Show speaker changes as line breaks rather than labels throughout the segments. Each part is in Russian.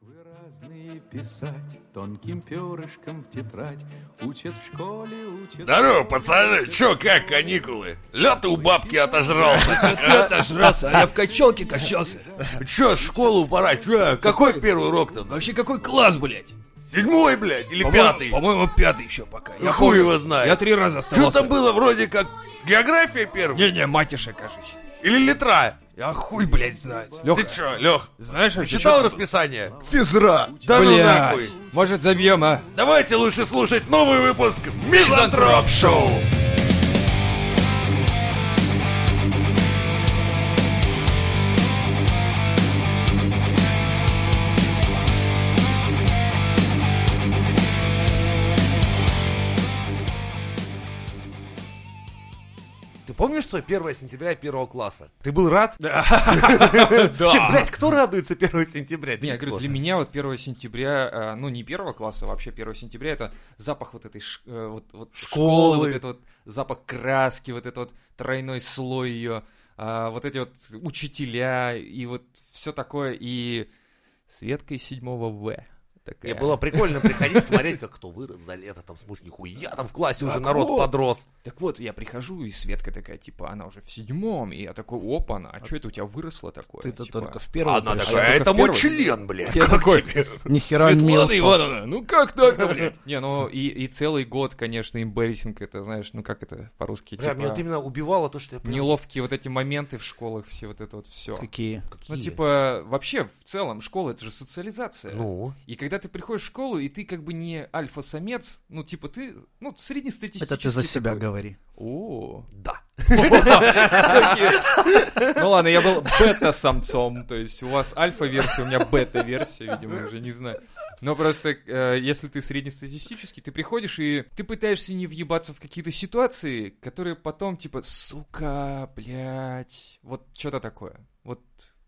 Вы разные писать, тонким перышком в тетрадь, учат в школе, учат...
Здорово, пацаны! Чё, как каникулы? Лёд у бабки отожрался.
Отожрался, а я в качалке качался.
А? Чё, школу пора? Чё, какой первый урок-то?
Вообще какой класс, блядь?
Седьмой, блядь, или
По-моему-
пятый?
По-моему, пятый еще пока.
Ну, хуй
помню,
его знает.
Я три раза
Чё
оставался.
там было вроде как география первая?
Не-не, матиша, кажись.
Или литра?
Я хуй, блядь, знает.
Ты
Леха,
чё, Лёх,
знаешь,
ты
вообще,
читал
чё-
расписание?
Физра.
Да ну
Блядь,
нахуй!
может забьем, а?
Давайте лучше слушать новый выпуск Мизантроп Шоу! Ты помнишь свое 1 сентября первого класса? Ты был рад? Да. Вообще, блядь, кто радуется 1 сентября? Это
Не, я говорю,
никто.
для меня вот 1 сентября, э, ну не первого класса, а вообще 1 сентября это запах вот этой ш- э, вот, вот школы,
Школы.
вот этот вот запах краски, вот этот вот тройной слой ее, вот эти вот учителя и вот все такое, и Светка из 7 В.
Мне
Такая.
было прикольно приходить смотреть, как кто вырос за лето, там, смуж, нихуя, там в классе уже
Так
народ
вот.
подрос.
Так вот, я прихожу, и Светка такая, типа, она уже в седьмом, и я такой, опа, она, а что это у тебя выросло такое?
Ты-то
Типа,
только в
А
первом.
Она
пришел.
такая,
только в
это мой
первый».
член, блядь.
Я
как
такой,
тебе?»
Нихера не
Светлана
милфа.
Ивановна, ну как так-то, блядь?
Не, ну и, и целый год, конечно, эмбэриссинг, это, знаешь, ну как это по-русски,
Бля,
типа,
меня вот именно убивало то, что я... прям-
неловкие вот эти моменты в школах, все вот это вот все.
Какие?
Ну, типа, вообще, в целом, школа — это же социализация.
Ну,
И когда ты приходишь в школу, и ты как бы не альфа-самец, ну, типа, ты, ну, среднестатистический
Это ты за себя
такой.
говори.
О.
да.
Ну ладно, я был бета-самцом, то есть у вас альфа-версия, у меня бета-версия, видимо, уже не знаю. Но просто, э, если ты среднестатистический, ты приходишь и ты пытаешься не въебаться в какие-то ситуации, которые потом типа, сука, блядь, вот что-то такое. Вот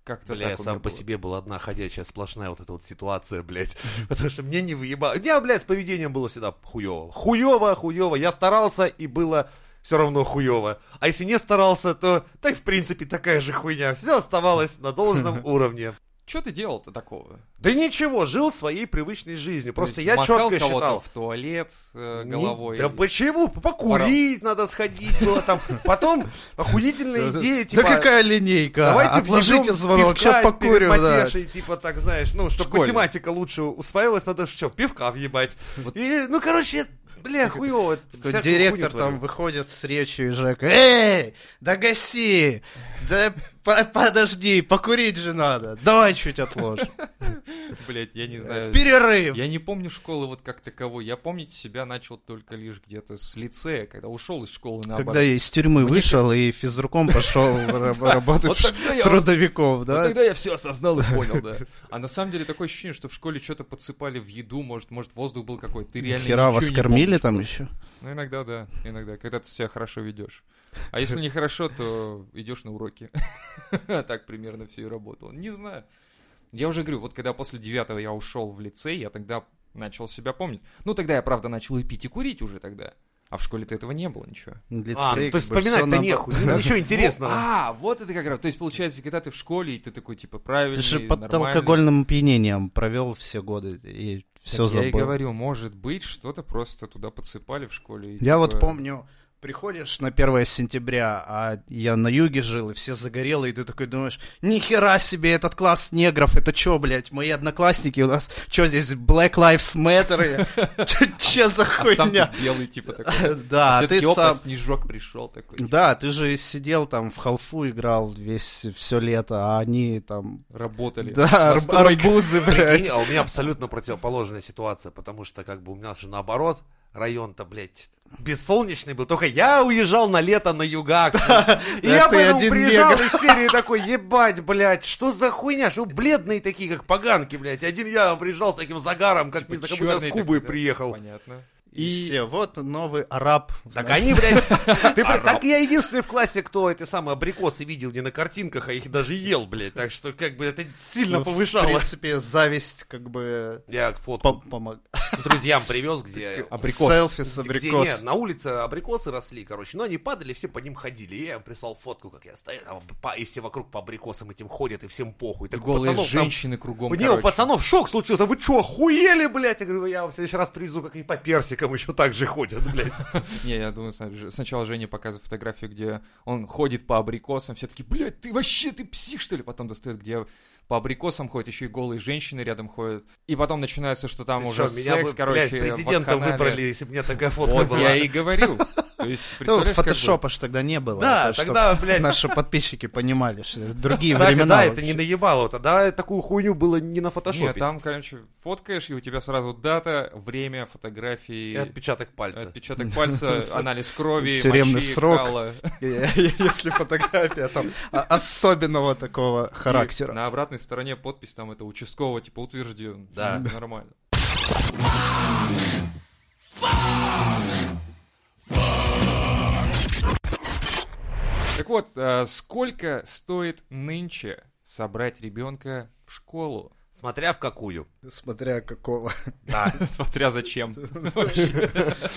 как-то
Бля, я
так у меня
сам по
было.
себе был одна ходячая сплошная вот эта вот ситуация, блядь. Потому что мне не выебало. У меня, блядь, с поведением было всегда хуёво. Хуёво, хуёво. Я старался, и было все равно хуёво. А если не старался, то так, в принципе, такая же хуйня. Все оставалось на должном уровне.
Что ты делал-то такого?
Да ничего, жил своей привычной жизнью. Просто
То есть
я
макал
четко
кого-то
считал.
в туалет э,
Не-
головой.
Да почему? Покурить надо сходить было там. Потом охуительная идея, типа...
Да какая линейка?
Давайте
Отложите
въебем
звонок,
пивка
сейчас
перед
покурю, да.
матешей, типа так, знаешь, ну, чтобы
Школьный.
математика лучше усваивалась, надо все, пивка въебать.
Вот.
И, ну, короче, бля, хуёво.
Такой Директор там выходит с речью и Жека, эй, да гаси, да по- подожди, покурить же надо, давай чуть отложим.
Блять, я не
э,
знаю.
Перерыв.
Э, Я не помню школы вот как таковой. Я помнить себя начал только лишь где-то с лицея, когда ушел из школы на
Когда я из тюрьмы вышел и физруком пошел раб- работать
Вот
в
тогда я-
трудовиков,
Вот
да?
Ну, тогда я все осознал и понял, да. А на самом деле такое ощущение, что в школе что-то подсыпали в еду, может, может воздух был какой-то. Ты реально
Хера
ничего
вас
не
кормили
помнишь.
там еще?
Ну иногда да, иногда, когда ты себя хорошо ведешь. А если не хорошо, то идешь на уроки. Так примерно все и работало. Не знаю. Я уже говорю, вот когда после девятого я ушел в лицей, я тогда начал себя помнить. Ну тогда я, правда, начал и пить, и курить уже тогда. А в школе-то этого не было ничего.
А, ну, то есть вспоминать-то нехуй, ну, ничего интересного.
А, вот это как раз. То есть, получается, когда ты в школе, и ты такой, типа, правильный,
Ты же под
нормальный.
алкогольным опьянением провел все годы и все
Так Я и
забыл.
говорю, может быть, что-то просто туда подсыпали в школе. и
Я
типа-
вот помню, приходишь на 1 сентября, а я на юге жил, и все загорелые, и ты такой думаешь, нихера себе этот класс негров, это чё, блядь, мои одноклассники, у нас чё здесь, Black Lives Matter, и чё- чё за
А сам ты
хуйня?
белый, типа, такой.
Да, а
Все
ты
такие, опа,
сам...
снежок пришел такой. типа,
Да, ты же сидел там в халфу играл весь все лето, а они там...
Работали.
Да,
на
арб-
стройках.
арбузы,
Прикинь,
блядь.
а у меня абсолютно противоположная ситуация, потому что как бы у меня же наоборот район-то, блядь, бессолнечный был. Только я уезжал на лето на югак. И
Да
я
ты
поэтому
один
приезжал
негр.
из серии такой, ебать, блядь, что за хуйня? Что бледные такие, как поганки, блядь. Один я там приезжал с таким загаром, как, не знаю, как будто я
Типа
с
Чёрный
Кубы
такой, да,
приехал.
Понятно.
И все, вот новый араб.
а
Так они, блядь, ты про- так я единственный в классе, кто эти самые абрикосы видел не на картинках, а их даже ел, блядь. Так что, как бы, это сильно
Ну, В
повышало.
принципе, зависть как бы
Я фотку
пом- помог.
друзьям привез, где...
Абрикос.
Селфи с
где-
абрикос. Ну,
нет, Ну, на улице абрикосы росли, короче, но они падали, все по ним ходили. И я им прислал фотку, как я стою, там, по- и все вокруг по абрикосам этим ходят, и всем похуй. Так у
Голые
пацанов там- ну,
женщины кругом,
у него
короче.
пацанов шок случился. Вы что, охуели, блядь? Я говорю, я вам в следующий раз привезу, как и по персикам еще так же ходят, блядь.
Не, я думаю, сна- Ж- сначала Женя показывает фотографию, где он ходит по абрикосам, все таки блядь, ты вообще, ты псих, что ли? Потом достает, где по абрикосам ходят, еще и голые женщины рядом ходят. И потом начинается, что там
Ты
уже
чё,
секс,
бы,
короче,
блядь, президентом
вакханалия.
выбрали, если бы у меня такая фотка
Вот
была.
я и говорю. То есть,
Ну,
представляешь, как бы-
фотошопа ж тогда не было.
Да,
это чтоб
тогда, блядь.
Наши подписчики понимали, что это другие
Кстати,
времена.
да, это
вообще.
не наебало. Тогда такую хуйню было не на фотошопе.
Нет, там, короче, фоткаешь, и у тебя сразу дата, время, фотографии,
И отпечаток пальца.
отпечаток пальца, анализ крови,
Тюремный
мочи,
срок.
кала.
Если фотография там о- особенного такого
И
характера.
На обратной стороне подпись там это участкового, типа утвержден.
Да.
Нормально. Так вот, а, сколько стоит нынче собрать ребенка в школу?
Смотря в какую.
Смотря какого.
Да.
Смотря зачем.
Знаешь,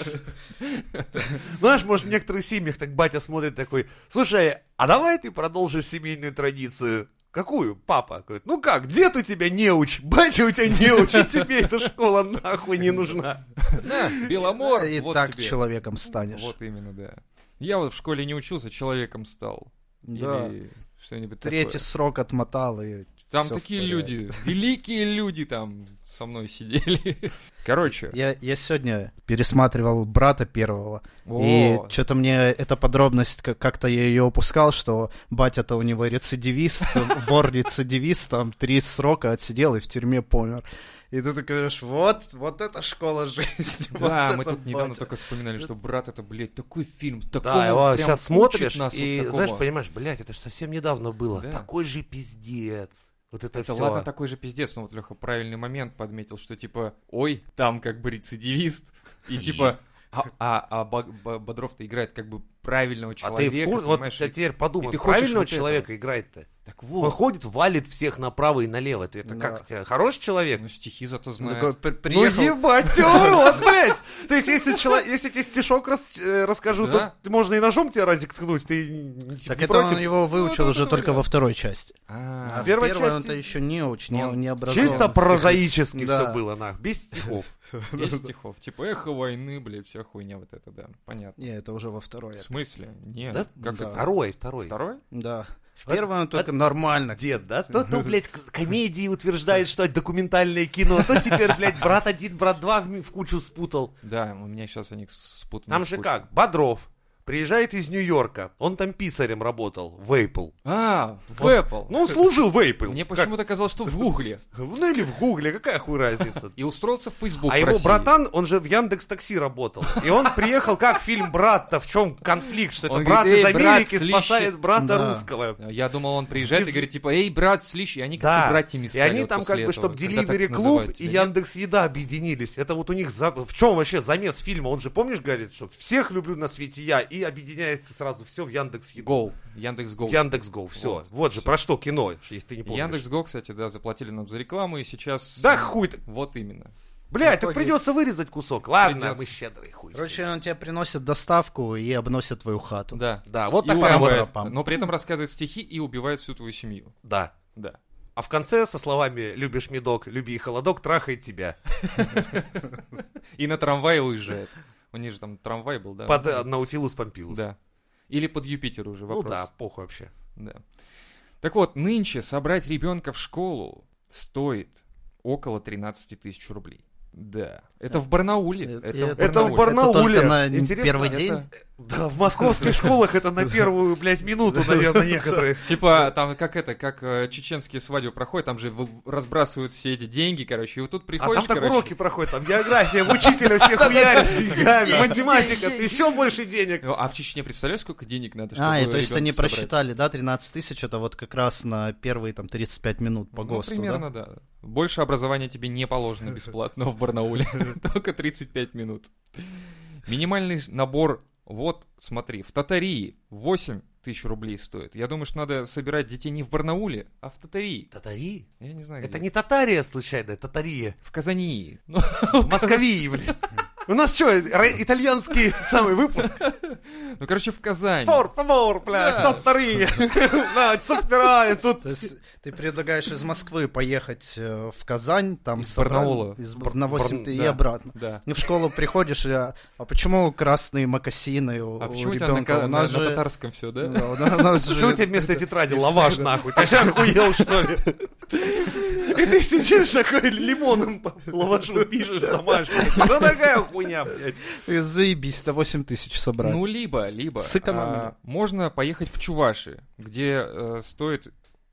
может, в некоторых семьях так батя смотрит такой, слушай, а давай ты продолжишь семейную традицию. Какую? Папа. Говорит, ну как, дед у тебя неуч, батя у тебя неуч, и тебе эта школа нахуй не нужна.
На, Беломор,
И
вот
так
тебе.
человеком станешь.
Вот именно, да. Я вот в школе не учился, человеком стал.
Да.
Или что-нибудь
Третий
такое.
срок отмотал и
Там
всё в
такие
порядке.
люди, великие люди там со мной сидели. Короче,
Я, я сегодня пересматривал брата первого, и
о,
что-то мне эта подробность как- как-то я ее упускал, что батя-то у него рецидивист, вор рецидивист, там три срока отсидел и в тюрьме помер. И ты такой говоришь, вот, вот это школа жизни.
да,
вот
мы
это
тут недавно
батя».
только вспоминали, что брат это, блядь, такой фильм, такого
Да, его
прям
сейчас
учит
смотришь,
нас
и
вот такому.
знаешь, понимаешь, блядь, это же совсем недавно было.
Да.
Такой же пиздец. Вот это,
Это
все.
ладно, такой же пиздец, но вот Леха правильный момент подметил, что типа, ой, там как бы рецидивист, и типа, а, а- а Ба- Ба- Бодров-то играет как бы правильного
а ты
человека,
в курсе? Вот
понимаешь,
я
и-
теперь подумай,
и ты хочешь
правильного
вот этого?
человека играет-то?
Так
Он
вот,
ходит, валит всех направо и налево. Ты это
Да.
как? у тебя Хороший человек?
ну стихи зато
Он
знает.
такой при- приехал,
Ну ебать, ты урод, блядь! То есть, если, чело- если тебе стишок рас- э, расскажу,
Да.
то можно и ножом тебя разик ткнуть, ты не
так
не
это
против?
он его выучил
Ну,
уже
да,
только
да.
во второй части.
А,
А в
первой
первой
части-
он-то еще не очень, не,
Он
не образован.
Чисто прозаически
Да.
все было, нах, без стихов.
10 стихов. Типа эхо войны, блядь, вся хуйня вот это, да. Понятно.
Не, это уже во второй.
В смысле? Нет.
Да?
Как
Да.
это?
Второй, второй.
Второй?
Да. В первой он только нормально.
Дед, да? То, то, блядь, к- комедии утверждает, что это документальное кино, то теперь, блядь, брат один, брат два в, в кучу спутал.
Да, у меня сейчас они спутаны.
Там
в
же
кучу.
как, Бодров приезжает из Нью-Йорка, он там писарем работал, в Apple.
А, в
Вот.
Apple.
Ну, он служил в Apple.
Мне
Как-
почему-то казалось, что в Гугле.
Ну, или в Гугле, какая хуй разница.
И устроился в Facebook
А
в
его
России.
братан, он же в Яндекс Такси работал. И он приехал как фильм «Брат»-то, в чем конфликт, что это
Он
брат
говорит,
из
«Эй, брат,
Америки
слище».
спасает брата
Да.
русского.
Я думал, он приезжает и
Ты з-
говорит, типа, эй, брат, слищ, и они как-то
Да,
братьями
и
стали
они
вот
там
после
как бы, чтобы
этого. Когда так
Delivery Club
называют
и
тебя, нет?
Яндекс Еда объединились. Это вот у них, за- в чем вообще замес фильма? Он же, помнишь, говорит, что всех люблю на свете я, и объединяется сразу все в Яндекс Еду.
Go, Яндекс Go.
Яндекс Гоу, все. Вот,
Вот,
же, про что кино, если ты не помнишь.
Яндекс Go, кстати, да, заплатили нам за рекламу, и сейчас...
Да хуй ты.
Вот именно.
Блядь, так придется вырезать кусок. Ладно,
Придётся.
мы щедрые хуй. с ним.
Короче, он тебе приносит доставку и обносит твою хату.
Да.
Да, вот
И
такая
пара-
вот-
убивает,
пара- пам.
но при этом рассказывает стихи и убивает всю твою семью.
Да.
Да.
А в конце со словами «любишь медок, люби и холодок, трахает тебя».
И на трамвае уезжает. У них же там трамвай был, да?
Под э, Наутилус Помпилус.
Да. Или под Юпитер уже
Ну
вопрос.
да, похуй вообще.
Да. Так вот, нынче собрать ребенка в школу стоит около 13 тысяч рублей. Да. Это в Барнауле.
Э,
Это,
и
в
это-
Это
Барнауле.
в
Это
Барнауле.
только на
Интересно,
первый
это-
день?
Да, в московских школах это на первую, блядь, минуту, наверное, некоторые.
Типа, там, как это, как э, чеченские свадьбы проходят, там же в- разбрасывают все эти деньги, короче, и вот тут
А там
приходишь,
так
короче,
уроки проходят, там география, в учителя всех хуярит деньгами, математика, еще больше денег.
Ну, а в Чечне, представляешь, сколько денег надо, чтобы
А, и то есть
ребенка
они
собрать?
просчитали, да, 13 тысяч, это вот как раз на первые там 35 минут по
Ну,
ГОСТу, да?
примерно, да? Больше образования тебе не положено бесплатно в Барнауле. Только 35 минут. Минимальный набор, вот, смотри, в Татарии 8 тысяч рублей стоит. Я думаю, что надо собирать детей не в Барнауле, а в Татарии.
Татари?
Я не знаю,
Это
где.
не Татария случайно, Татария.
В Казани. Ну,
В Московии, блин. У нас что, ра- итальянский самый выпуск?
ну, короче, в Казани.
Пор, пор, бля,
Да.
Татария. Да, собираем тут.
То есть ты предлагаешь из Москвы поехать э, в Казань, там
Из
собрать-
Барнаула.
Из Барнаула
Бар-
8 ты и
да.
обратно.
Да.
Ну, в школу приходишь, и, а, а почему красные мокасины у,
А
у
почему у тебя на,
ребенка?
ка-
у
на-
нас
на
же...
татарском все, да?
Да, у нас- у нас
Что у
же-
тебя вместо тетради лаваш, нахуй? Ты сейчас охуел, что ли? И ты сидишь такой лимоном по лавашу пишешь домашний. Что такая хуйня, блядь?
И Заебись, на 8 тысяч собрать.
Ну, либо, либо.
Сэкономили.
а, можно поехать в Чуваши, где э, стоит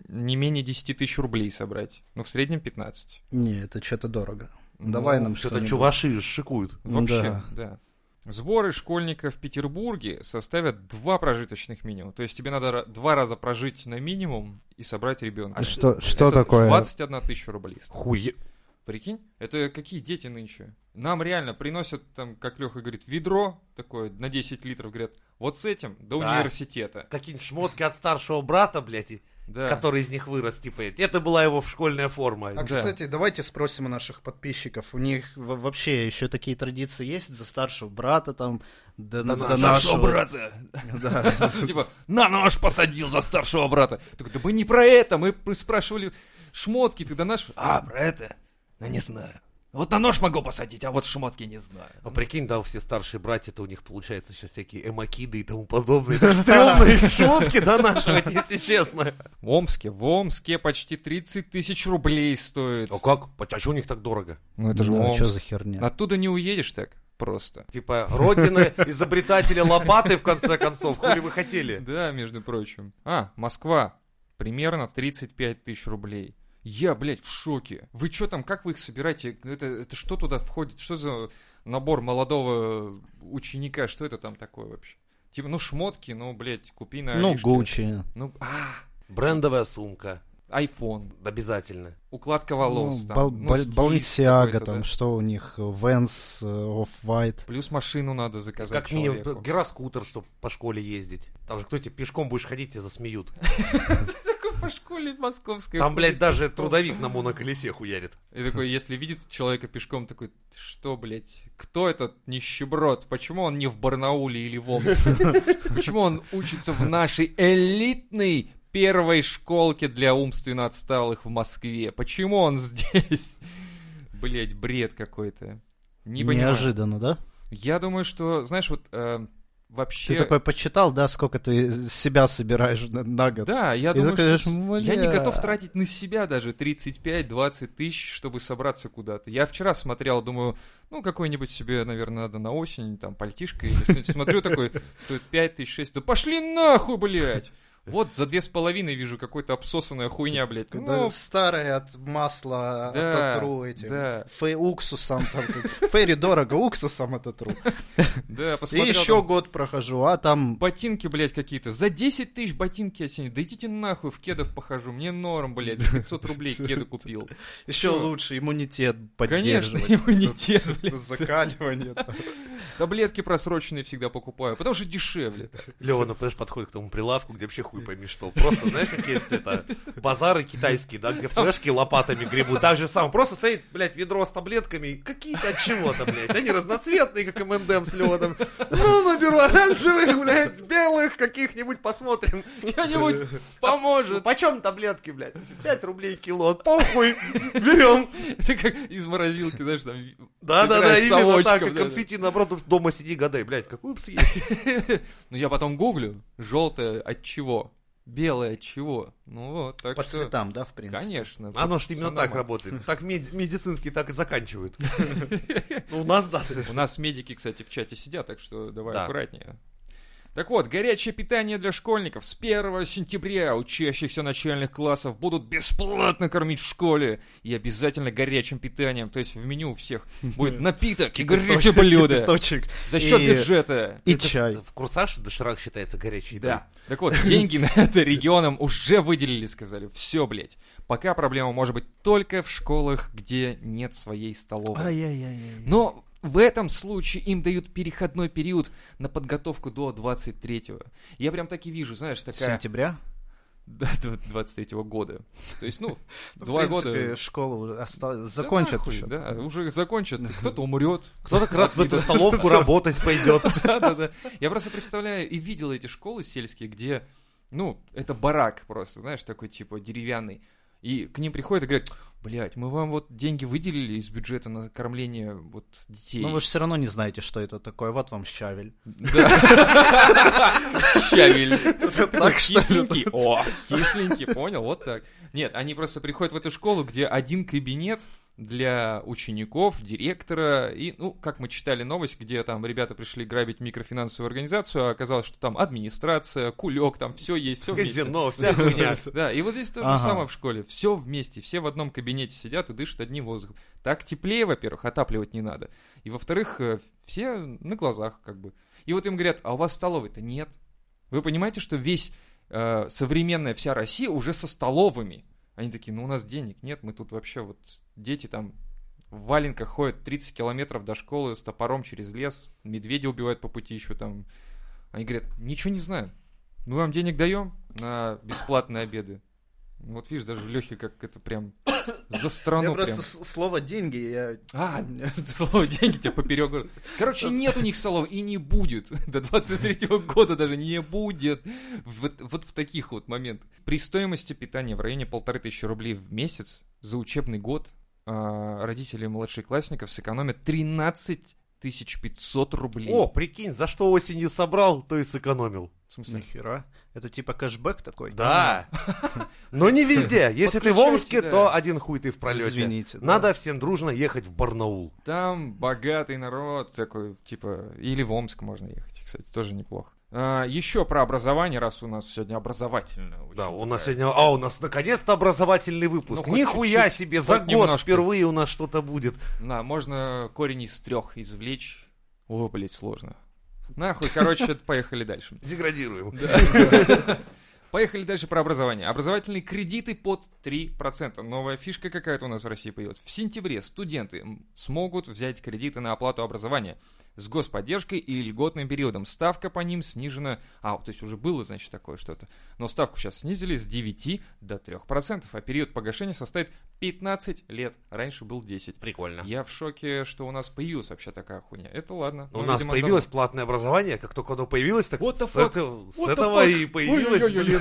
не менее 10 тысяч рублей собрать. Ну, в среднем 15.
Не, это что-то дорого.
Ну,
Давай нам
Что-то
что-нибудь.
чуваши шикуют.
Вообще,
Да.
да. Сборы школьников в Петербурге составят два прожиточных минимума. То есть тебе надо ра- два раза прожить на минимум и собрать ребенка.
А Что, что такое?
21 тысяча рублей.
Хуе...
Прикинь, это какие дети нынче? Нам реально приносят, там, как Леха говорит, ведро такое на 10 литров, говорят, вот с этим до
Да.
университета.
Какие-нибудь шмотки от старшего брата, блядь, и-
Да.
который из них вырос, типа, это была его школьная форма.
А, кстати, давайте спросим у наших подписчиков. У них во- вообще еще такие традиции есть за старшего брата там, да, на- до
Старшего
нашего.
брата.
Да.
Типа, на нож посадил за старшего брата. Так, да мы не про это, мы пр- спрашивали шмотки, ты до наш...
А, про это? Ну, не знаю. Вот на нож могу посадить, а вот шмотки не знаю.
А прикинь, да, все старшие братья-то у них получается сейчас всякие эмакиды и тому подобное. Так стрёмные шмотки донашивать, если честно.
В Омске, в Омске почти 30 тысяч рублей стоит.
А как? А что у них так дорого?
Ну это же
Ну,
Омск.
что за херня?
Оттуда не уедешь так просто.
Типа, родина изобретателя лопаты, в конце концов. Хули вы хотели?
Да, между прочим. А, Москва. Примерно 35 тысяч рублей. Я, блядь, в шоке. Вы чё там, как вы их собираете? Ну, Это, это что туда входит? Что за набор молодого ученика? Что это там такое вообще? Типа, ну шмотки, ну, блядь, купи на
Ну,
Алишке.
Гуччи.
Ну, а,
Брендовая сумка.
айфон,
Обязательно.
укладка волос.
Ну,
там,
Бал-
ну,
Бал-
стилист
Balenciaga
какой-то,
там,
да.
что у них, Венс, э, Off-White.
Плюс машину надо заказать
Как минимум,
человеку.
гироскутер, чтобы по школе ездить. Там же кто тебе пешком будешь ходить, тебя засмеют.
Такой по школе московской.
Там, блядь, даже трудовик на моноколесе хуярит.
И такой, если видит человека пешком, такой, «Ты что, блядь, кто этот нищеброд? Почему он не в Барнауле или в Омске? Почему он учится в нашей элитной первой школке для умственно отсталых в Москве? Почему он здесь? Блядь, бред какой-то. Не понимаю.
Неожиданно, да?
Я думаю, что, знаешь, вот э, вообще...
Ты такой почитал, да, сколько ты из себя собираешь на, на год?
Да, я
И
думаю,
такой,
что
«Бля».
я не готов тратить на себя даже 35-20 тысяч, чтобы собраться куда-то. Я вчера смотрел, думаю, ну, какой-нибудь себе, наверное, надо на осень, там, пальтишко или что-нибудь. Смотрю такой, стоит 5 тысяч, 6 Да пошли нахуй, блядь! Вот за две с половиной вижу какой-то обсосанная хуйня, блядь.
Да,
Ну,
старые от масла,
Да,
от татру этим.
да.
Фей уксусом. там. Фейри дорого, уксусом от татру.
да,
И
посмотрел.
еще
там,
год прохожу, а там...
Ботинки, блядь, какие-то. За 10 тысяч ботинки осенние. Да идите нахуй, в кедах похожу. Мне норм, блядь. За 500 рублей кеды купил.
Еще
Всё.
лучше иммунитет
Конечно,
поддерживать.
иммунитет, блядь.
Закаливание. там.
Таблетки просроченные всегда покупаю, потому что дешевле.
Лева, ну подожди, подходит к тому прилавку, где вообще хуй пойми что. Просто, знаешь, как есть это, базары китайские, да, где флешки лопатами гребут. Так же самое. Просто стоит, блядь, ведро с таблетками, и какие-то от чего-то, блядь. Они разноцветные, как МНДМ с Леваном. Ну, наберу оранжевых, блядь, белых каких-нибудь, посмотрим.
Кто-нибудь
Ну,
поможет.
почем таблетки, блядь? 5 рублей кило, похуй, берем.
Это как из морозилки, знаешь, там...
Да-да-да,
играешь с
именно так, и
совочком, да-да.
конфетти, наоборот, дома сиди, гадай, блядь, какую бы съесть.
Ну, я потом гуглю. Желтое от чего? Белое от чего? Ну, вот, так
По
что...
цветам, да, в принципе.
Конечно.
Оно
тут
ж
всё
именно так
нормально.
работает. Так мед- медицинские так и заканчивают. Ну, У нас да.
У нас медики, кстати, в чате сидят, так что давай
Да.
аккуратнее. Так вот, горячее питание для школьников. С 1 сентября учащихся начальных классов будут бесплатно кормить в школе. И обязательно горячим питанием. То есть в меню у всех будет напиток и горячее блюдо.
Кипяточек
За счет
и-
бюджета.
И
Это
чай.
В курсаже доширак считается горячей.
Да. Так вот, деньги на это регионам уже выделили, сказали. Все, блядь. Пока проблема может быть только в школах, где нет своей столовой.
Ай-яй-яй-яй.
Но В этом случае им дают переходной период на подготовку до 23-го. Я прям так и вижу, знаешь, такая...
сентября?
До 23-го года. То есть, ну,
Ну,
два
в принципе,
года...
школу уже осталось-
Да
закончат
нахуй,
ещё.
Да, уже закончат. Кто-то умрет,
Кто-то как раз в эту столовку работать пойдет.
Да-да-да. Я просто представляю и видел эти школы сельские, где, ну, это барак просто, знаешь, такой типа деревянный. И к ним приходят и говорят, блядь, мы вам вот деньги выделили из бюджета на кормление вот детей.
Ну вы же все равно не знаете, что это такое. Вот вам щавель.
Да. Щавель.
так, что ли?
Кисленький. О, кисленький, понял, вот так. Нет, они просто приходят в эту школу, где один кабинет для учеников, директора, и, ну, как мы читали новость, где там ребята пришли грабить микрофинансовую организацию, а оказалось, что там администрация, кулек, там все есть, все вместе.
Казино, Ну, вся хуйня.
Да, и вот здесь то же
Ага.
самое в школе. Все вместе, все в одном кабинете сидят и дышат одним воздухом. Так теплее, во-первых, отапливать не надо. И во-вторых, э, все на глазах, как бы. И вот им говорят: а у вас столовой-то нет. Вы понимаете, что весь э, современная вся Россия уже со столовыми. Они такие, ну у нас денег нет, мы тут вообще вот дети там в валенках ходят 30 километров до школы с топором через лес, медведя убивают по пути еще там. Они говорят, ничего не знаем. Мы вам денег даем на бесплатные обеды. Вот видишь, даже Лехи как это прям за
Я
страну прям.
просто с- слово деньги, я...
А, слово деньги тебе поперек. горла. Короче, нет у них столов и не будет. До 23-го года даже не будет. Вот, вот в таких вот моментах. При стоимости питания в районе полторы тысячи рублей в месяц за учебный год а, родители младшеклассников сэкономят 13 тысяч 500 рублей.
О, прикинь, за что осенью собрал, то и сэкономил.
в смысле?
Нихера. Это типа кэшбэк такой?
Да. Но не везде. Если ты в
Подключайте,
Омске,
да.
то один хуй ты в пролете.
Извините. да.
Надо всем дружно ехать в Барнаул.
Там богатый народ такой, типа, или в Омск можно ехать, кстати, тоже неплохо. еще про образование, раз у нас сегодня образовательное. очень
Да, у нас
такая
сегодня... А, у нас наконец-то образовательный выпуск.
Ну, хоть
Нихуя
чуть-чуть,
себе,
хоть
за год
немножко.
впервые у нас что-то будет.
Да, можно корень из трех извлечь. О, блядь, сложно. Нахуй, короче, поехали дальше.
Деградируем.
Поехали дальше про образование. Образовательные кредиты под 3%. Новая фишка какая-то у нас в России появилась. В сентябре студенты м, смогут взять кредиты на оплату образования с господдержкой и льготным периодом. Ставка по ним снижена... А, то есть уже было, значит, такое что-то. Но ставку сейчас снизили с 9 до 3%, а период погашения составит 15 лет. Раньше был 10.
Прикольно.
Я в шоке, что у нас появилась вообще такая хуйня. Это ладно.
У
Ну,
нас
видимо,
появилось платное образование, как только оно появилось, так
What the
с
fuck?
этого, с
What the
этого
fuck?
и появилось,
Ой-ой-ой-ой.
блин.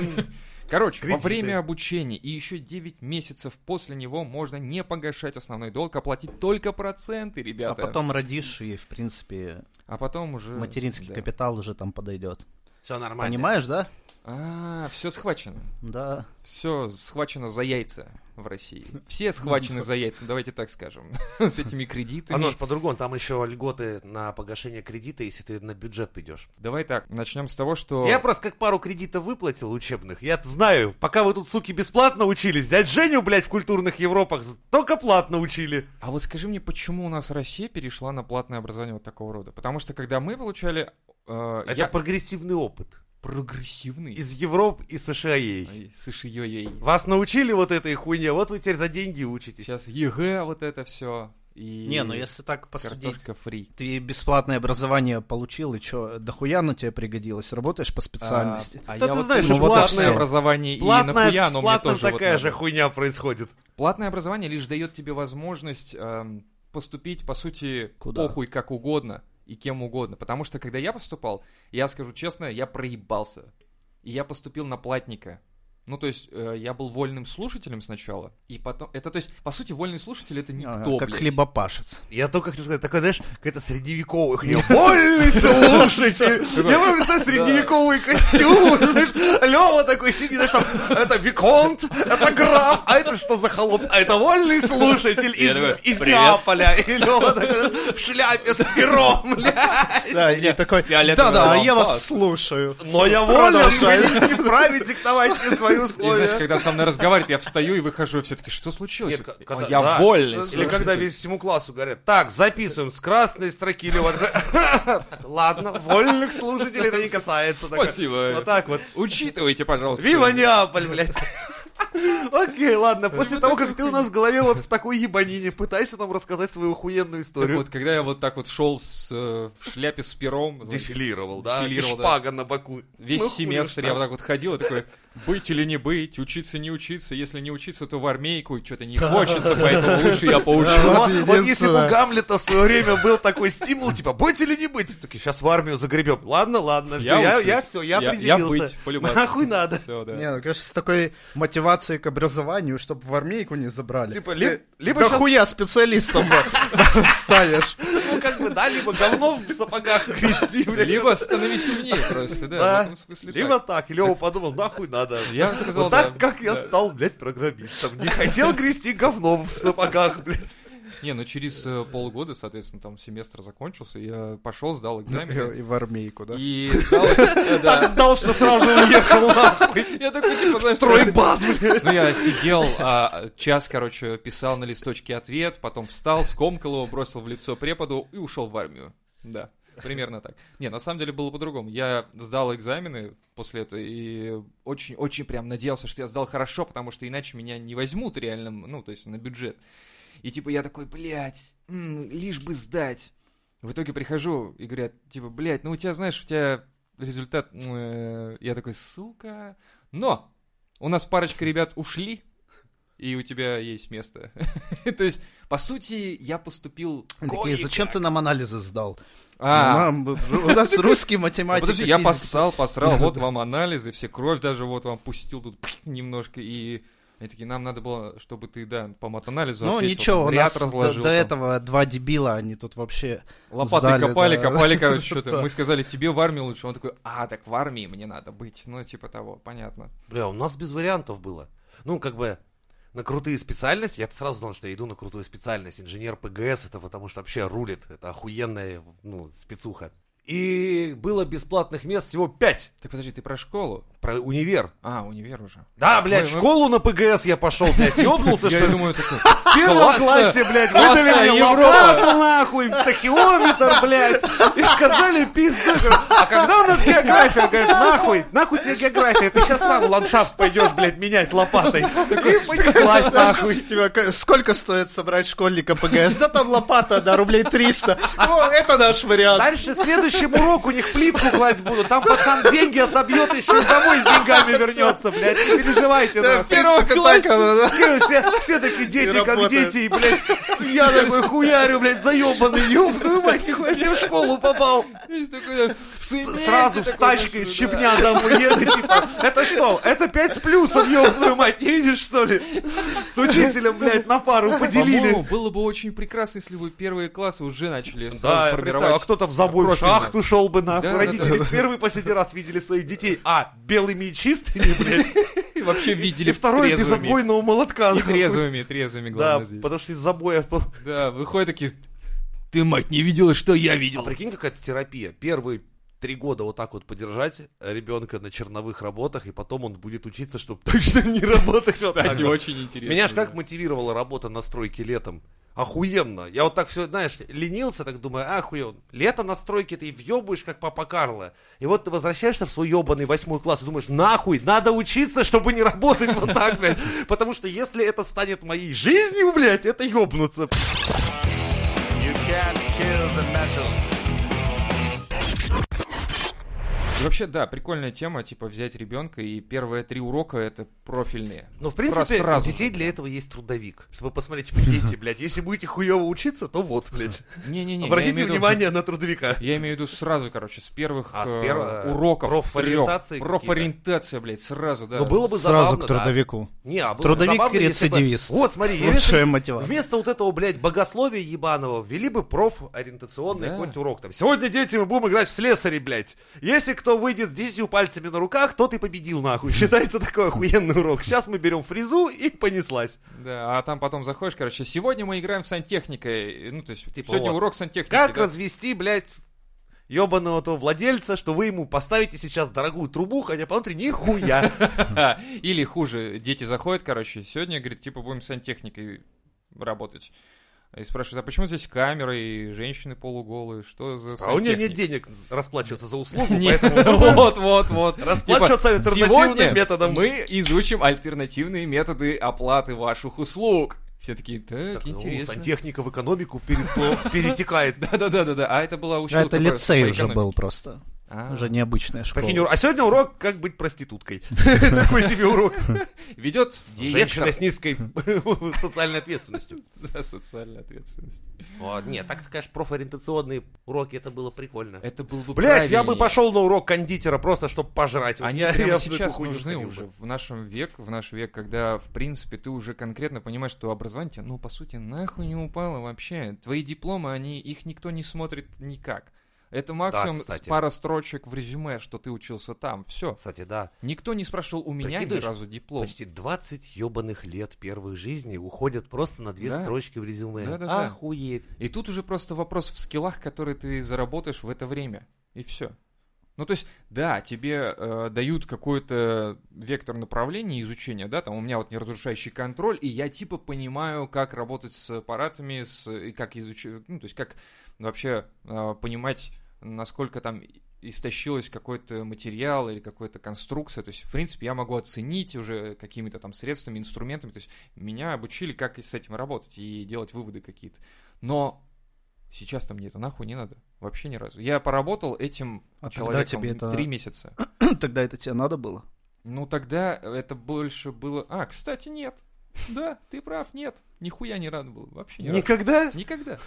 Короче, во
Кредиты.
время обучения и еще 9 месяцев после него можно не погашать основной долг, а платить только проценты,
А
ребята.
потом родишь, и, в принципе,
А потом уже...
материнский
да.
капитал уже там подойдет.
Все нормально.
Понимаешь, да?
А, все схвачено.
Да.
Все схвачено за яйца в России.
Ну,
Все схвачены за яйца, давайте так скажем. С этими кредитами.
Оно А ну ж по-другому, там еще льготы на погашение кредита, если ты на бюджет пойдешь.
Давай так, начнем с того, что...
Я просто как пару кредитов выплатил учебных. Я знаю, пока вы тут, суки, бесплатно учились, дядь Женю, блядь, в культурных Европах з- только платно учили.
А вот скажи мне, почему у нас Россия перешла на платное образование вот такого рода? Потому что когда мы получали... э,
Это
я
прогрессивный опыт.
прогрессивный.
Из Европ и США ей.
Ай, Слышь, ей
Вас научили вот этой хуйне, вот вы теперь за деньги учитесь.
Сейчас ЕГЭ, вот это все. И
Не, ну если так посудить,
Картошка фри.
ты бесплатное образование получил, и что, дохуя оно тебе пригодилось? Работаешь по специальности?
А, а
Да
я
ты
вот
знаешь,
думал,
ну вот и
платное
всё.
образование и нахуя
Платная, с
оно мне
платным
тоже вот
такая
надо?
же хуйня происходит.
Платное образование лишь дает тебе возможность эм, поступить, по сути,
Куда?
похуй как угодно и кем угодно. Потому что, когда я поступал, я скажу честно, я проебался. И я поступил на платника. Ну, то есть, э, я был вольным слушателем сначала, и потом... Это, то есть, по сути, вольный слушатель — это никто,
А, как
блядь.
хлебопашец.
Я только хочу сказать, такой, знаешь, какой-то средневековый. хуйня. Вольный слушатель! Я вам представляю средневековый костюм. Лева такой сидит, знаешь, там, это Виконт, это граф, а это что за холоп? А это вольный слушатель из, из Неаполя. И Лева такой в шляпе с пером, блядь.
Да, и такой, да-да, я вас слушаю.
Но я волен, вы не- не вправе диктовать мне свои
И знаешь,
условия.
когда со мной разговаривает, я встаю и выхожу, и все таки что случилось?
Нет, к-
«А
когда-
я
да.
вольный
Или
слушатель».
когда весь всему классу говорят, так, записываем с красной строки. Или вот, ладно, вольных слушателей это не касается. Такой,
Спасибо.
Вот так вот.
Учитывайте, пожалуйста.
Вива Неаполь, блядь. Окей,
Ну,
ладно, после того, как ты у нас в голове вот в такой ебанине, пытайся нам рассказать свою охуенную
Так
историю.
вот, когда я вот так вот шел с, э, в шляпе с пером, значит,
Дефилировал, да? И
Дефилировал, да.
шпага на боку.
весь
Ну, хуй
семестр
уж
я
там.
вот так вот ходил и такой, быть или не быть, учиться не учиться, если не учиться, то в армейку, что-то не хочется, поэтому лучше я
Да,
поучу.
Вот,
Единственное.
вот если бы у Гамлета в свое время был такой стимул, типа, быть или не быть, такие, сейчас в армию загребем. Ладно, ладно, всё, я,
Я
я,
учусь.
все, я,
Я- я
определился.
быть, полюбас.
Нахуй надо.
Все, да.
Не, ну, конечно, с такой мотивацией к образованию, чтобы в армейку не забрали.
Типа, ли-
Ты-
либо
да
щас-
хуя специалистом вот станешь.
Ну, как бы, да, либо говно в сапогах грести, блядь.
Либо становись умнее просто, да, в этом смысле
Либо
так.
так. И Лева подумал, нахуй надо.
Я сказал,
вот так,
да.
как я
Да.
стал, блядь, программистом. Не хотел грести говном в сапогах, блядь.
Не, ну через э, полгода, соответственно, там семестр закончился, я пошел, сдал экзамен.
Ну, И в армейку, да?
И сдал, э, да.
Дал, что сразу уехал, нахуй.
Я такой, типа, знаешь,
Стройбат, блядь.
Ну, я сидел, а, час, короче, писал на листочке ответ, потом встал, скомкал его, бросил в лицо преподу и ушел в армию. Да, примерно так. Не, на самом деле было по-другому. Я сдал экзамены после этого и очень-очень прям надеялся, что я сдал хорошо, потому что иначе меня не возьмут реально, ну, то есть на бюджет. И типа я такой, блядь, м, лишь бы сдать. В итоге прихожу и говорят, типа, блядь, ну у тебя, знаешь, у тебя результат... э, Я такой, сука... Но у нас парочка ребят ушли, и у тебя есть место. То есть, по сути, я поступил...
Они Такие,
кое-как.
зачем ты нам анализы сдал?
А,
Нам- у нас русский
ну,
математик.
подожди,
и
я
физик.
поссал, посрал, вот вам анализы, все кровь даже вот вам пустил тут пх, немножко, и... Они такие, нам надо было, чтобы ты, да, по матанализу
Ну
ответил,
ничего,
там,
у
ряд
нас до,
разложил
до
там.
этого два дебила, они тут вообще...
Лопатой
Сдали,
копали,
да.
копали, короче, что-то.
Да.
Мы сказали, тебе в армию лучше. Он такой, а, так в армии мне надо быть. Ну, типа того, понятно.
Бля, у нас без вариантов было. Ну, как бы, на крутые специальности, я сразу знал, что я иду на крутую специальность. Инженер ПГС, это потому что вообще рулит. Это охуенная, ну, спецуха. И было бесплатных мест всего пять.
Так подожди, ты про школу?
Про универ.
А, универ уже.
Да, блядь, в
Мы- мы-
школу на ПГС я пошел, блядь, ёбнулся,
Я
что
и
ли?
думаю, такой,
В первом
классно,
классе, блядь,
классная
выдали мне
Европа.
лопату, нахуй, тахиометр, блядь, и сказали, пизда. Говорю, А когда у нас география? Говорит, нахуй, нахуй тебе география, ты сейчас сам ландшафт пойдешь, блядь, менять лопатой. И понеслась, нахуй.
Тебя к- Типа, сколько стоит собрать школьника ПГС? Да там лопата, да, рублей 300.
А
О, это наш вариант.
Дальше следующий урок у них плитку класть будут. Там пацан деньги отобьет еще и домой с деньгами вернется, блядь. Не переживайте,
Да, в
нахуй.
первом классе. да.
И Все, все такие дети,
И
как
работает.
дети, и, блядь, я такой хуярю, блядь, заебанный, ёб твою мать, нихуя себе в школу попал.
«Весь такой, в цементе
Сразу
такой,
с тачкой, с
да.
щепня домой еду, типа, это что, это 5 с плюсом, ёб твою мать, не видишь, что ли? С учителем, блядь, на пару
По-моему,
поделили.
было бы очень прекрасно, если бы первые классы уже начали сразу
Да, я представляю, а
формировать.
кто-то в забой в
профиль,
шахту шел бы, нахуй.
Да, да,
Родители
да.
первый последний раз видели своих детей, а, белыми и чистыми, блядь,
И вообще
или
видели
второй без
трезвыми.
отбойного молотка.
И
нахуй.
трезвыми, и трезвыми,
Да,
главное здесь.
потому что из забоя
Да, выходят такие, ты, мать, не видела, что я
А
видел.
прикинь, какая-то терапия. Первые три года вот так вот подержать ребенка на черновых работах, и потом он будет учиться, чтобы точно не работать. вот так
Кстати,
вот.
очень интересно.
Меня же
да.
как мотивировала работа на стройке летом. Охуенно. Я вот так все, знаешь, ленился, так думаю, охуенно. Лето на стройке ты въебываешь, как папа Карло. И вот ты возвращаешься в свой ебаный восьмой класс и думаешь, нахуй, надо учиться, чтобы не работать вот так, блядь. Потому что если это станет моей жизнью, блядь, это ебнуться.
И Вообще, да, прикольная тема, типа взять ребенка, и первые три урока это профильные.
Ну, в принципе,
Просто сразу
у детей
же.
для этого есть трудовик. Чтобы посмотреть, типа, дети, блядь, если будете хуево учиться, то вот, блядь.
Не-не-не, я
Обратите
имею в виду-
внимание на трудовика.
Я имею в виду сразу, короче, с первых
А, с
э,
первого-
уроков.
профориентации
трёх.
какие-то. Ну,
Профориентация, блядь, сразу, да.
Но было бы
Сразу
забавно,
к
да.
трудовику.
Не, а было бы
Трудовик
забавно,
и
если бы-
рецидивист.
Вот, смотри,
Лучшая
если бы
мотивация.
Вместо вот этого, блядь, богословия ебаного ввели бы профориентационный
Да.
какой-нибудь урок. Там, сегодня дети мы будем играть в слесари, блядь. Если кто выйдет с десятью пальцами на руках, тот и победил, нахуй. Считается такой охуенный урок. Сейчас мы берем фрезу и понеслась.
Да, а там потом заходишь, короче, сегодня мы играем в сантехника. и, Ну, то есть,
Типа
сегодня
вот.
урок сантехники.
Как
да.
развести, блядь, ебаного то владельца, что вы ему поставите сейчас дорогую трубу, хотя по внутри нихуя.
Или хуже, дети заходят, короче, сегодня, говорит, типа, будем сантехникой работать. И спрашивают, а почему здесь камера и женщины полуголые? Что за
А у нее нет
сантехника?»
денег расплачиваться за услугу,
Нет,
поэтому
вот, вот, вот.
Расплачиваться
Типа,
альтернативным
сегодня
методом.
Мы изучим альтернативные методы оплаты ваших услуг. Все такие, так,
Ну,
интересно.
сантехника в экономику перепло- перетекает.
Да-да-да-да, а это была
А
училка
это
по-
лицей
по
уже
экономике.
был просто.
А.
Уже необычная школа.
Прикинь, ур- а сегодня урок «Как быть проституткой». Такой себе урок.
Ведет директор
Женщина с низкой социальной ответственностью.
Да, социальной ответственности.
Вот, Нет, так, конечно, профориентационные уроки, это было прикольно.
Это был бы
Блять, я бы
правильнее.
пошел на урок кондитера просто, чтобы пожрать. Вот
Они
я-
прямо
я в такую
сейчас
хуйню
нужны
сходил бы.
уже в нашем век, в наш век, когда, в принципе, ты уже конкретно понимаешь, что образование тебя, ну, по сути, нахуй не упало вообще. Твои дипломы, они, их никто не смотрит никак. Это максимум с-
кстати.
пара строчек в резюме, что ты учился там. Все.
Кстати, да,
Никто не спрашивал у меня ни
Прикидываешь,
разу диплом.
почти 20 ебаных лет первой жизни уходят просто на две
Да.
строчки в резюме.
Да-да-да.
Охуеть.
И тут уже просто вопрос в скиллах, которые ты заработаешь в это время. И все. Ну, то есть, да, тебе э, дают какой-то вектор направления изучения, да, там у меня вот неразрушающий контроль, и я типа понимаю, как работать с аппаратами, с, и как изучать, ну, то есть, как вообще э, понимать, насколько там истощилось какой-то материал или какая-то конструкция. То есть, в принципе, я могу оценить уже какими-то там средствами, инструментами. То есть, меня обучили, как с этим работать и делать выводы какие-то. Но сейчас-то мне это а нахуй не надо. Вообще ни разу. Я поработал этим
А тогда
человеком
тебе это-
три месяца.
Тогда это тебе надо было?
Ну, тогда это больше было... А, кстати, нет. Да, ты прав, нет. Нихуя не рад был. Вообще не рад.
Никогда?
Никогда.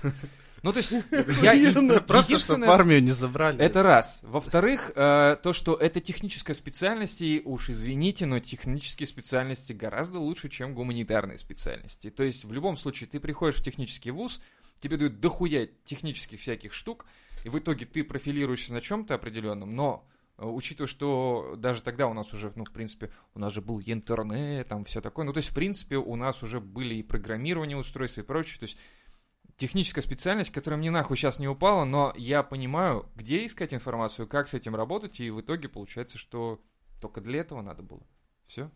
Ну, то есть, я...
Охуенно,
е-
Просто чтобы в
единственное-
армию не забрали.
это раз. Во-вторых, э, то, что это техническая специальность, и уж извините, но технические специальности гораздо лучше, чем гуманитарные специальности. То есть, в любом случае, ты приходишь в технический вуз, тебе дают дохуя технических всяких штук, и в итоге ты профилируешься на чем-то определенном, но э, учитывая, что даже тогда у нас уже, ну, в принципе, у нас же был интернет, там все такое, ну, то есть, в принципе, у нас уже были и программирование устройств и прочее, то есть, техническая специальность, которая мне нахуй сейчас не упала, но я понимаю, где искать информацию, как с этим работать, и в итоге получается, что только для этого надо было. Все.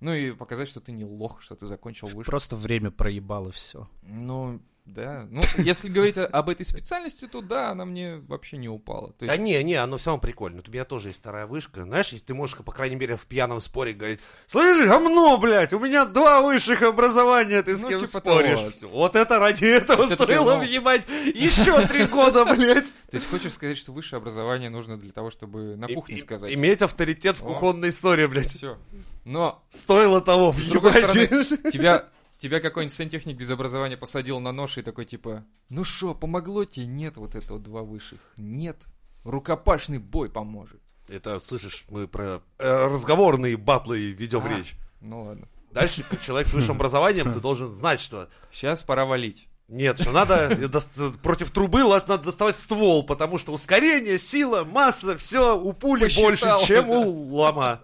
Ну и показать, что ты не лох, что ты закончил высшую.
Просто время проебало все.
Ну, да. Ну, если говорить о- об этой специальности, то да, она мне вообще не упала. То
Да
есть,
не, не, оно все равно прикольно. У меня тоже есть вторая вышка. Знаешь, если ты можешь, по крайней мере, в пьяном споре говорить, слышишь, говно, блядь, у меня два высших образования, ты с
Ну,
кем
типа
споришь?
того.
Вот это ради этого
Всё-таки,
стоило
ну.
въебать еще три года, блядь.
то есть хочешь сказать, что высшее образование нужно для того, чтобы на кухне
И- и-
сказать.
Иметь авторитет в
О.
кухонной ссоре, блядь.
Все. Но
Стоило того,
С другой
въебать.
стороны, тебя, тебя какой-нибудь сантехник без образования посадил на нож и такой типа, ну шо, помогло тебе? Нет вот этого два высших. Нет. Рукопашный бой поможет.
Это, слышишь, мы про э, разговорные батлы ведем
А.
речь.
Ну ладно.
Дальше как человек с высшим образованием, ты должен знать, что
Сейчас пора валить.
Нет, что надо дос- против трубы лад- надо доставать ствол, потому что ускорение, сила, масса, все у пули
Посчитал,
больше, чем
да.
у лома.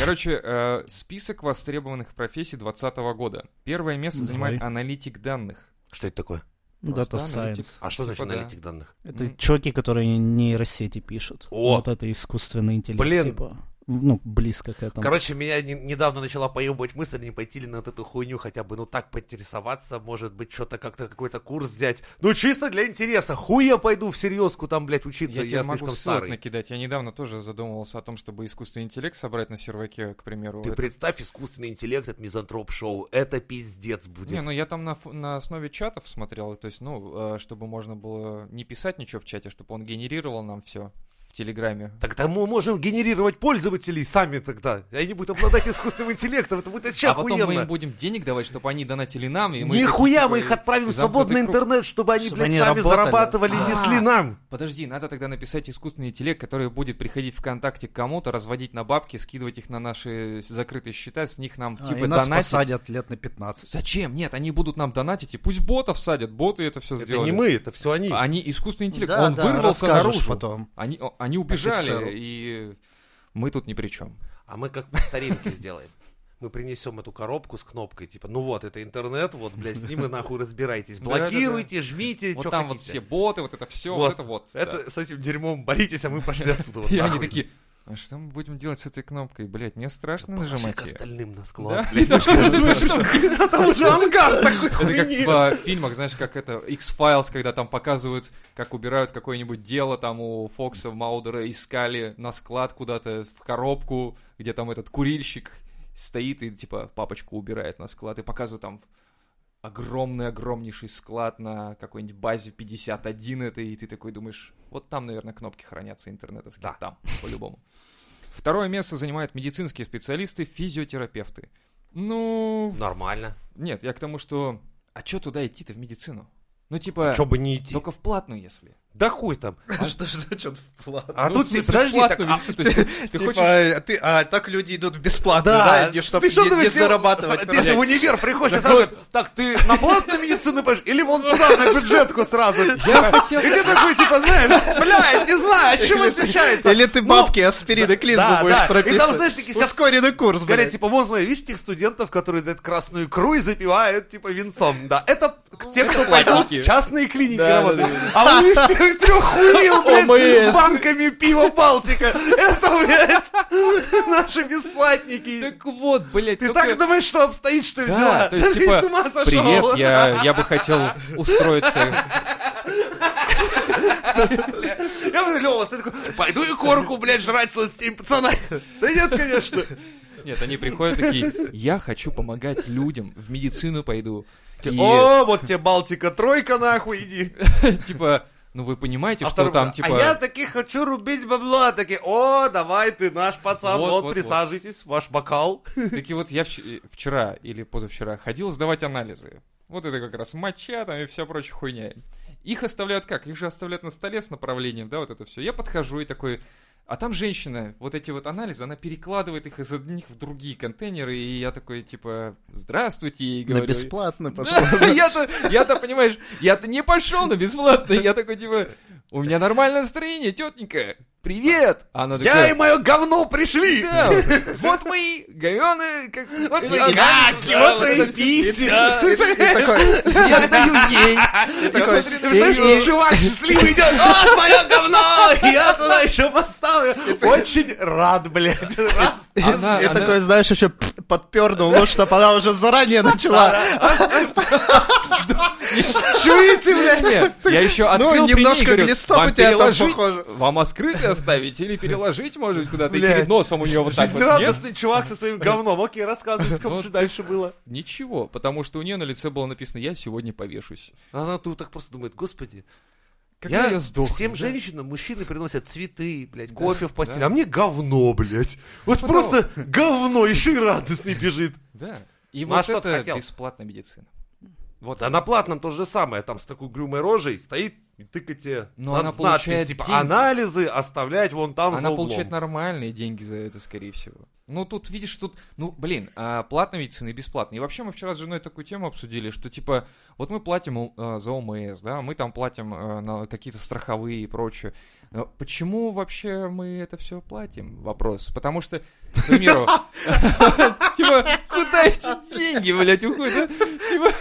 Короче, э, список востребованных профессий 2020 года. Первое место
Давай.
занимает аналитик данных.
Что это такое?
Дата
Просто аналитик.
Science.
А что значит
Типа, да.
аналитик данных?
Это
М.
чуваки, которые нейросети пишут.
О!
Вот это искусственный интеллект.
Блин.
Типа, ну, близко к этому.
Короче, меня не- недавно начала поебывать мысль, не пойти ли на вот эту хуйню хотя бы, ну так поинтересоваться, может быть, что-то как-то какой-то курс взять. Ну чисто для интереса, хуй я пойду всерьезку там, блядь, учиться,
Я,
я,
тебе могу
слишком
ссылок
старый.
накидать. Я недавно тоже задумывался о том, чтобы искусственный интеллект собрать на серваке, к примеру.
Ты
Это-
представь искусственный интеллект от мизантроп-шоу, это пиздец будет.
Не, ну я там на, ф- на основе чатов смотрел, то есть, ну, э, чтобы можно было не писать ничего в чате, чтобы он генерировал нам все в Телеграме.
Тогда мы можем генерировать пользователей сами тогда. И Они будут обладать искусственным интеллектом, это будет вообще
а потом мы им
охуенно.
будем денег давать, чтобы они донатили нам, и мы...
Нихуя
такие,
мы
типа,
их отправим в
замкнутый
свободный
круг.
интернет, чтобы они,
Чтобы
блядь,
они
сами
работали.
зарабатывали
А.
и несли нам.
Подожди, надо тогда написать искусственный интеллект, который будет приходить ВКонтакте к кому-то, разводить на бабки, скидывать их на наши с- закрытые счета, с них нам
А,
типа
и нас
донатить.
посадят лет на 15.
Зачем? Нет, они будут нам донатить, и пусть ботов садят, боты это все
Это
сделали. А.
не мы, это все они.
Они искусственный интеллект,
Да,
он
да,
вырвался
расскажешь
наружу.
потом.
Они, о- они убежали,
Офицеру.
и мы тут ни при чем.
А мы как по старинке сделаем. Мы принесем эту коробку с кнопкой, типа, ну вот, это интернет, вот, блядь, с ним и нахуй разбирайтесь.
Да-да-да.
Блокируйте, жмите,
Вот
чё
там вот
хотите.
все боты, вот это все, вот, это вот. да.
Это с этим дерьмом боритесь, а мы пошли отсюда. вот
И они
нахуй.
такие, А что мы будем делать с этой кнопкой, блядь? Мне страшно нажимать
Пошли к
её.
остальным на склад,
Да?
блядь. А Там уже ангар такой
Это как
хуйни.
в э, фильмах, знаешь, как это X-Files, когда там показывают, как убирают какое-нибудь дело там у Фокса, Маудера, искали на склад куда-то, в коробку, где там этот курильщик стоит и типа папочку убирает на склад и показывают там огромный-огромнейший склад на какой-нибудь базе 51 это, и ты такой думаешь, вот там, наверное, кнопки хранятся интернетовские,
Да.
там, по-любому. Второе место занимают медицинские специалисты, физиотерапевты. Ну,
Нормально.
нет, я к тому, что... А чё туда идти-то в медицину? Ну, типа,
Че бы не А идти.
только в платную, если.
Да хуй там.
А Что ж значит в план?
А
Ну,
тут
в смысле,
тебе-
в
подожди, так,
платную
а
медицину, то есть Ты
Типа,
хочешь...
а ты- а так люди идут бесплатно, да, чтобы
ты что думаешь,
не
все-
зарабатывать.
Ты же в универ приходишь, и сразу говорят, так, ты на платную медицину пойдешь, или вон туда, на бюджетку сразу.
Я хотел...
И ты такой, типа, знаешь, блядь, не знаю, от чего отличается.
Или ты бабки аспирин и клизму
да, да.
будешь
И там, знаешь,
прописывать.
такие сидят-
Ускоренный курс,
Говорят,
блядь.
типа, вот, смотри, видишь тех студентов, которые дают красную икру и запивают, типа, винцом. Да, это те, кто пойдут в частные клиники
Да,
работать.
да, да,
А вы видишь тех трех хуил, блядь, с
ОМС.
банками пива Балтика. Это, блядь, наши бесплатники.
Так вот, блядь,
Ты
только-
так думаешь, что обстоит, что ли, дела?
Да, то есть,
Ты
типа,
с ума сошел.
Привет, я, я бы хотел устроиться.
Я говорю, Лёва, ты такой,
Ну,
пойду и корку, блядь, жрать с этим пацана. Да нет, конечно.
Нет, они приходят такие, я хочу помогать людям, в медицину пойду. И,
О, вот тебе Балтика тройка, нахуй, иди.
типа, ну вы понимаете,
А
что
второй
там,
говорит, «А я
типа...
таких хочу рубить бабла, такие, о, давай ты наш пацан,
Вот,
вот,
вот, Э,
присаживайтесь, ваш бокал.
Таки вот я вч- э, вчера или позавчера ходил сдавать анализы. Вот это как раз моча там и вся прочая хуйня. Их оставляют как? Их же оставляют на столе с направлением, да, вот это все. Я подхожу и такой... А там женщина, вот эти вот анализы, она перекладывает их из одних в другие контейнеры, и я такой, типа, здравствуйте, и
На
говорю...
бесплатно пошел.
Да, Я-то, я-то, понимаешь, я-то не пошел на бесплатное, я такой, типа, у меня нормальное настроение, тетенька, привет! А Она
Я
такая,
и мое говно пришли!
да, вот мои говёны, как...
Вот
как-
мои
да,
гаки,
да,
вот
вот это
мои
всё.
писи!
Да.
Ты знаешь,
Я даю ей.
такой,
смотри,
ты знаешь, чувак счастливый идет, вот мое говно! Я туда еще поставлю! Очень рад, блядь, рад.
Она-
Я
она-
такой, знаешь, еще подпернул, ну, чтобы она уже заранее начала. Чуете, блядь? Ну,
Не, Я еще открыл при ней,
немножко
говорю,
глистов
«Вам
у тебя там
переложить?
похоже».
Вам открытый оставить или переложить, может быть, куда-то? И
Блядь.
перед носом у нее вот так вот. Нет,
Радостный чувак со своим говном. Окей, рассказывай,
Ну,
как же дальше было.
ничего, потому что у нее на лице было написано «Я сегодня повешусь».
Она тут так просто думает, господи,
Как я, её сдохну?
Всем
да?
женщинам мужчины приносят цветы, блядь, кофе в постель, а мне говно, блядь. Вот
Типа
просто говно, еще и радостный бежит.
Да. И
Ну, а
вот
что ты
это
хотел?
бесплатная медицина. Вот.
Да на платном то же самое, там с такой грюмой рожей стоит и тыкать тебе
Но
над-
она
надпись,
получает
типа
деньги.
анализы оставлять вон там за
Она
углом.
получает нормальные деньги за это, скорее всего. Ну, тут, видишь, тут, ну, блин, а платная медицина и бесплатная. И вообще мы вчера с женой такую тему обсудили, что, типа, вот мы платим э, за ОМС, да, мы там платим э, на какие-то страховые и прочее. Но почему вообще мы это все платим? Вопрос. Потому что, к примеру, типа, куда эти деньги, блядь, уходят? да? Типа,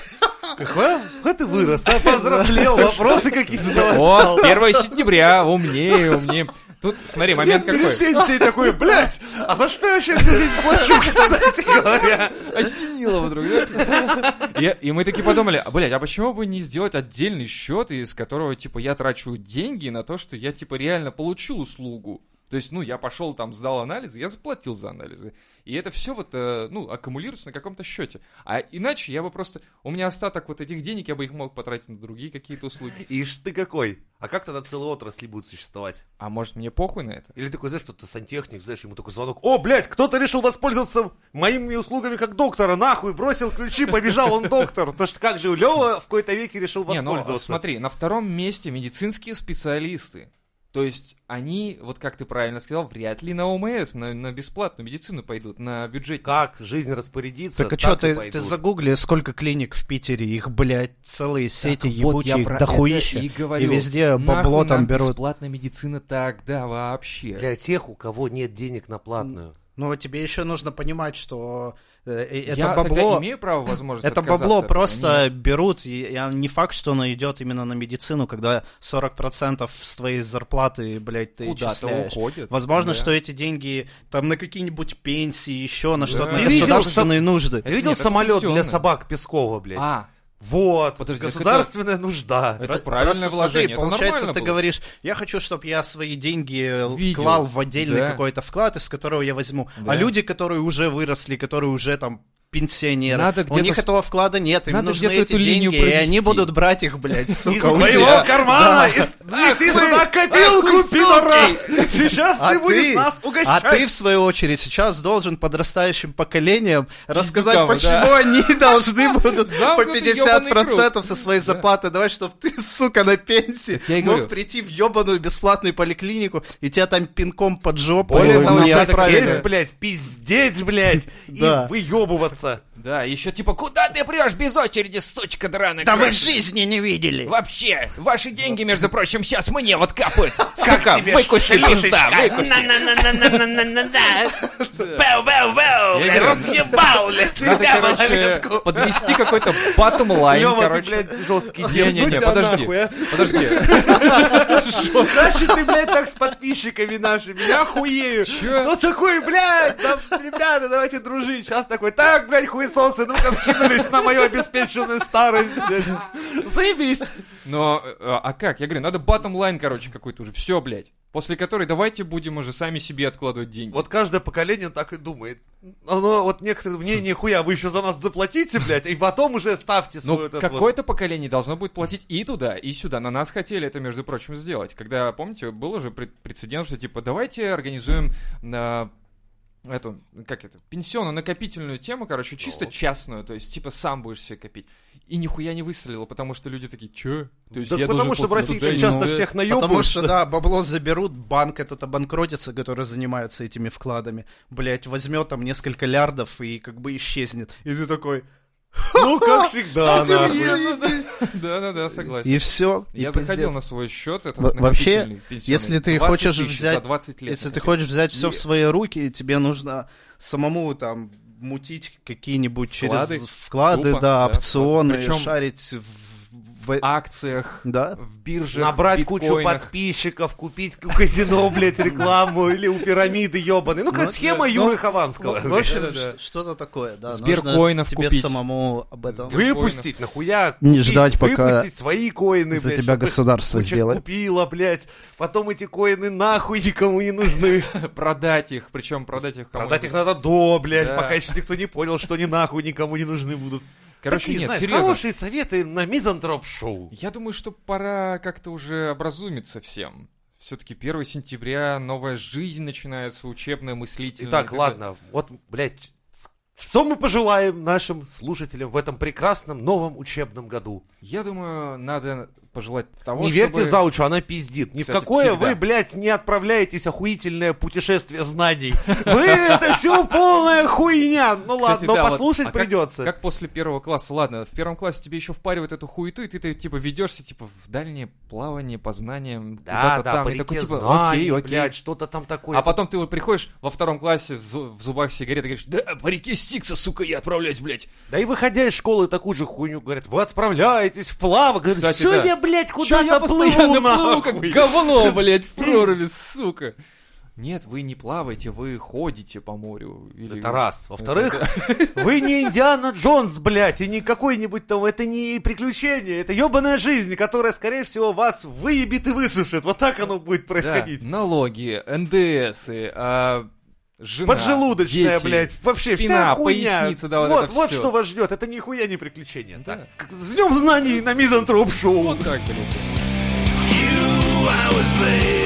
Какой какой ты вырос, а повзрослел, вопросы какие-то
вот, 1 сентября, умнее, умнее. Тут, смотри, момент
Дед перед
какой.
пенсией такой, блядь, а за что я вообще всю жизнь плачу, кстати говоря?
осенило вдруг, да? И, и мы такие подумали, а, блядь, а почему бы не сделать отдельный счет, из которого, типа, я трачу деньги на то, что я, типа, реально получил услугу. То есть, ну, я пошел там, сдал анализы, я заплатил за анализы. И это все вот, э, ну, аккумулируется на каком-то счете. А иначе я бы просто... У меня остаток вот этих денег, я бы их мог потратить на другие какие-то услуги.
Ишь ты какой. А как тогда целые отрасли будут существовать?
А может, мне похуй на это?
Или такой, знаешь, кто-то сантехник, знаешь, ему такой звонок. О, блядь, кто-то решил воспользоваться моими услугами как доктора, нахуй, бросил ключи, побежал он доктор. То что как же Лева в какой-то веке решил
Не, ну,
воспользоваться.
смотри, на втором месте медицинские специалисты. То есть они, вот как ты правильно сказал, вряд ли на ОМС, на, на бесплатную медицину пойдут, на бюджет.
Как жизнь распорядится,
Так а что,
и
ты,
пойдут.
ты загугли, сколько клиник в Питере, их, блядь, целые сети
вот я
ебучие,
про
дохуища,
это и говорю.
везде
Нахуй
бабло там
нам
берут.
Бесплатная медицина тогда вообще.
Для тех, у кого нет денег на платную.
Ну, Но тебе еще нужно понимать, что Э, и Это
Я тогда
бабло...
имею право, возможность
Это
отказаться
бабло
от этого?
просто
Нет.
берут, и и не факт, что оно идет именно на медицину, когда 40% с твоей зарплаты, блядь, ты
Куда-то
отчисляешь.
уходит.
Возможно,
Да.
что эти деньги там на какие-нибудь пенсии, еще на что-то,
Ты
на
видел,
государственные нужды.
Ты
Это
видел
нет, это
самолет
внесённое.
для собак Пескова, блядь?
А,
Вот,
Подожди, так
государственная нужда.
это
Про-
правильное
просто
вложение.
Смотри,
это
получается,
нормально
ты
было.
говоришь, я хочу, чтобы я свои деньги л-
Видел.
клал в отдельный
Да.
какой-то вклад, из которого я возьму.
Да.
А люди, которые уже выросли, которые уже там пенсионеры,
Надо
у
где-то
них
с-
этого вклада нет, им
Надо
нужны
где-то
эти
эту линию
деньги, и они
провести.
будут брать их, блядь,
Из
сука, у тебя.
твоего кармана! из- Неси сюда копилку, пидорас! Сейчас
А
ты будешь
ты-
нас
А ты,
угощать!
в свою очередь, сейчас должен подрастающим поколениям рассказать,
Дикого,
почему они должны будут по
Замкнутый
50% со своей зарплаты давать, чтобы ты, сука, на пенсии
я и
мог
говорю.
прийти в ебаную бесплатную поликлинику, и тебя там пинком под жопу.
Более
и
того,
не
надо
отправили.
сесть, блядь, пиздеть, блядь, и
Да.
выебываться.
Да, еще типа, куда ты прешь без очереди, сучка драная?
Да вы
крыса?
жизни не видели.
Вообще, ваши деньги, между прочим, сейчас мне вот капают. Сука,
тебе
выкуси пизда,
шишечка?
выкуси.
Бэу-бэу-бэу,
Я говорю,
разъебал, блядь,
Надо, короче, подвести какой-то bottom line,
Лёва, ты,
короче.
блядь, жесткий дед.
ну
Не-не-не,
тебя
подожди,
нахуй, а.
подожди.
Дальше ты, блядь, так с подписчиками нашими, я хуею.
Чё?
Кто такой, блядь, там, ребята, давайте дружить. Сейчас такой, так, блядь, хуесосы, ну-ка скинулись на мою обеспеченную старость, блядь. Заебись.
Но, э, а как? Я говорю, надо bottom line, короче, какой-то уже. Все, блядь. После которой давайте будем уже сами себе откладывать деньги.
Вот каждое поколение так и думает. Оно вот некоторые, мне нихуя, вы еще за нас доплатите, блядь, и потом уже ставьте свой
Ну,
этот вот.
какое-то поколение должно будет платить и туда, и сюда. На нас хотели это, между прочим, сделать. Когда, помните, был уже пред- прецедент, что типа давайте организуем на эту, как это, пенсионно-накопительную тему, короче, чисто частную, то есть типа сам будешь себе копить. И нихуя не выстрелило, потому что люди такие, че? То есть
Да
я
потому
должен
что в
платить
России
туда и
часто
Ну,
сюда».
всех
Потому
наебывают.
что, да, бабло заберут, банк этот обанкротится, который занимается этими вкладами. Блять, возьмет там несколько лярдов и как бы исчезнет. И ты такой,
Ну, как всегда, нахуй.
Да-да-да, согласен.
и все.
Я заходил на свой счет, это
Во- вообще, если ты хочешь
за
взять-
20 лет.
Если ты
накопил.
хочешь взять все
И-
в свои руки, тебе нужно самому там мутить какие-нибудь
Вклады.
через вклады,
Тупо,
да,
да, А
опционы,
вклады. Причем-
шарить в... в-
акциях,
Да?
в бирже,
Набрать кучу подписчиков, купить у казино, блядь, рекламу или у пирамиды ебаной. Ну, как схема Юры Хованского.
ну, В общем,
Да-да-да.
ш- что-то такое, да.
Сберкоинов
нужно тебе
купить.
самому об этом.
Сбер-
Выпустить, нахуя?
Не
купить,
ждать, пока
Выпустить свои коины,
за
блядь,
тебя
чтобы
государство
куча
сделает.
купила, блядь. Потом эти коины нахуй никому не нужны.
продать их, причем продать их кому
Продать их надо до, блядь,
Да.
пока еще никто не понял, что они нахуй никому не нужны будут.
Короче,
Такие,
нет,
знаешь,
серьезно.
хорошие советы на мизантроп-шоу.
Я думаю, что пора как-то уже образумиться всем. Все-таки 1 сентября новая жизнь начинается, учебная, мыслительная.
Итак,
и так далее.
ладно, вот, блядь, что мы пожелаем нашим слушателям в этом прекрасном новом учебном году?
Я думаю, надо пожелать того,
не верьте
чтобы...
заучу, она пиздит. Ни
Кстати,
в какое
всегда.
вы, блядь, не отправляетесь охуительное путешествие знаний. Вы это все полная хуйня. Ну
Кстати,
ладно,
да,
но
вот,
послушать
а как-
придется.
Как после первого класса, ладно, в первом классе тебе еще впаривают эту хуету, и ты, ты, типа ведешься типа в дальнее плавание, по знаниям,
Да,
куда-то
да,
там,
по
и такой
реке
типа,
знаний,
окей, окей.
блядь, что-то там такое.
А потом ты вот приходишь во втором классе с зу- в зубах сигареты и говоришь, да, по реке Стикса, сука, я отправляюсь, блядь.
Да и выходя из школы такую же хуйню, говорят, вы отправляетесь в плавок. Говорят,
Кстати,
все
да.
я, блядь,
Чё я
куда-то
постоянно
плыву,
плыву, как
нахуй.
говно, блядь, в проруби, сука. Нет, вы не плаваете, вы ходите по морю. Или...
Это раз. Во-вторых,
Ну,
вы не Индиана Джонс, блядь, и не какой-нибудь там, это не приключение, это ебаная жизнь, которая, скорее всего, вас выебит и высушит. Вот так оно будет
Да, ну
происходить.
налоги, ндсы, а, жена,
Поджелудочная,
дети,
блядь, вообще
спина,
вся хуйня.
поясница, да, вот,
вот,
это
вот
всё.
что вас ждет, это нихуя не приключение. Так, с днем знаний на Мизантроп Шоу.
Вот так, блядь.
Few hours later.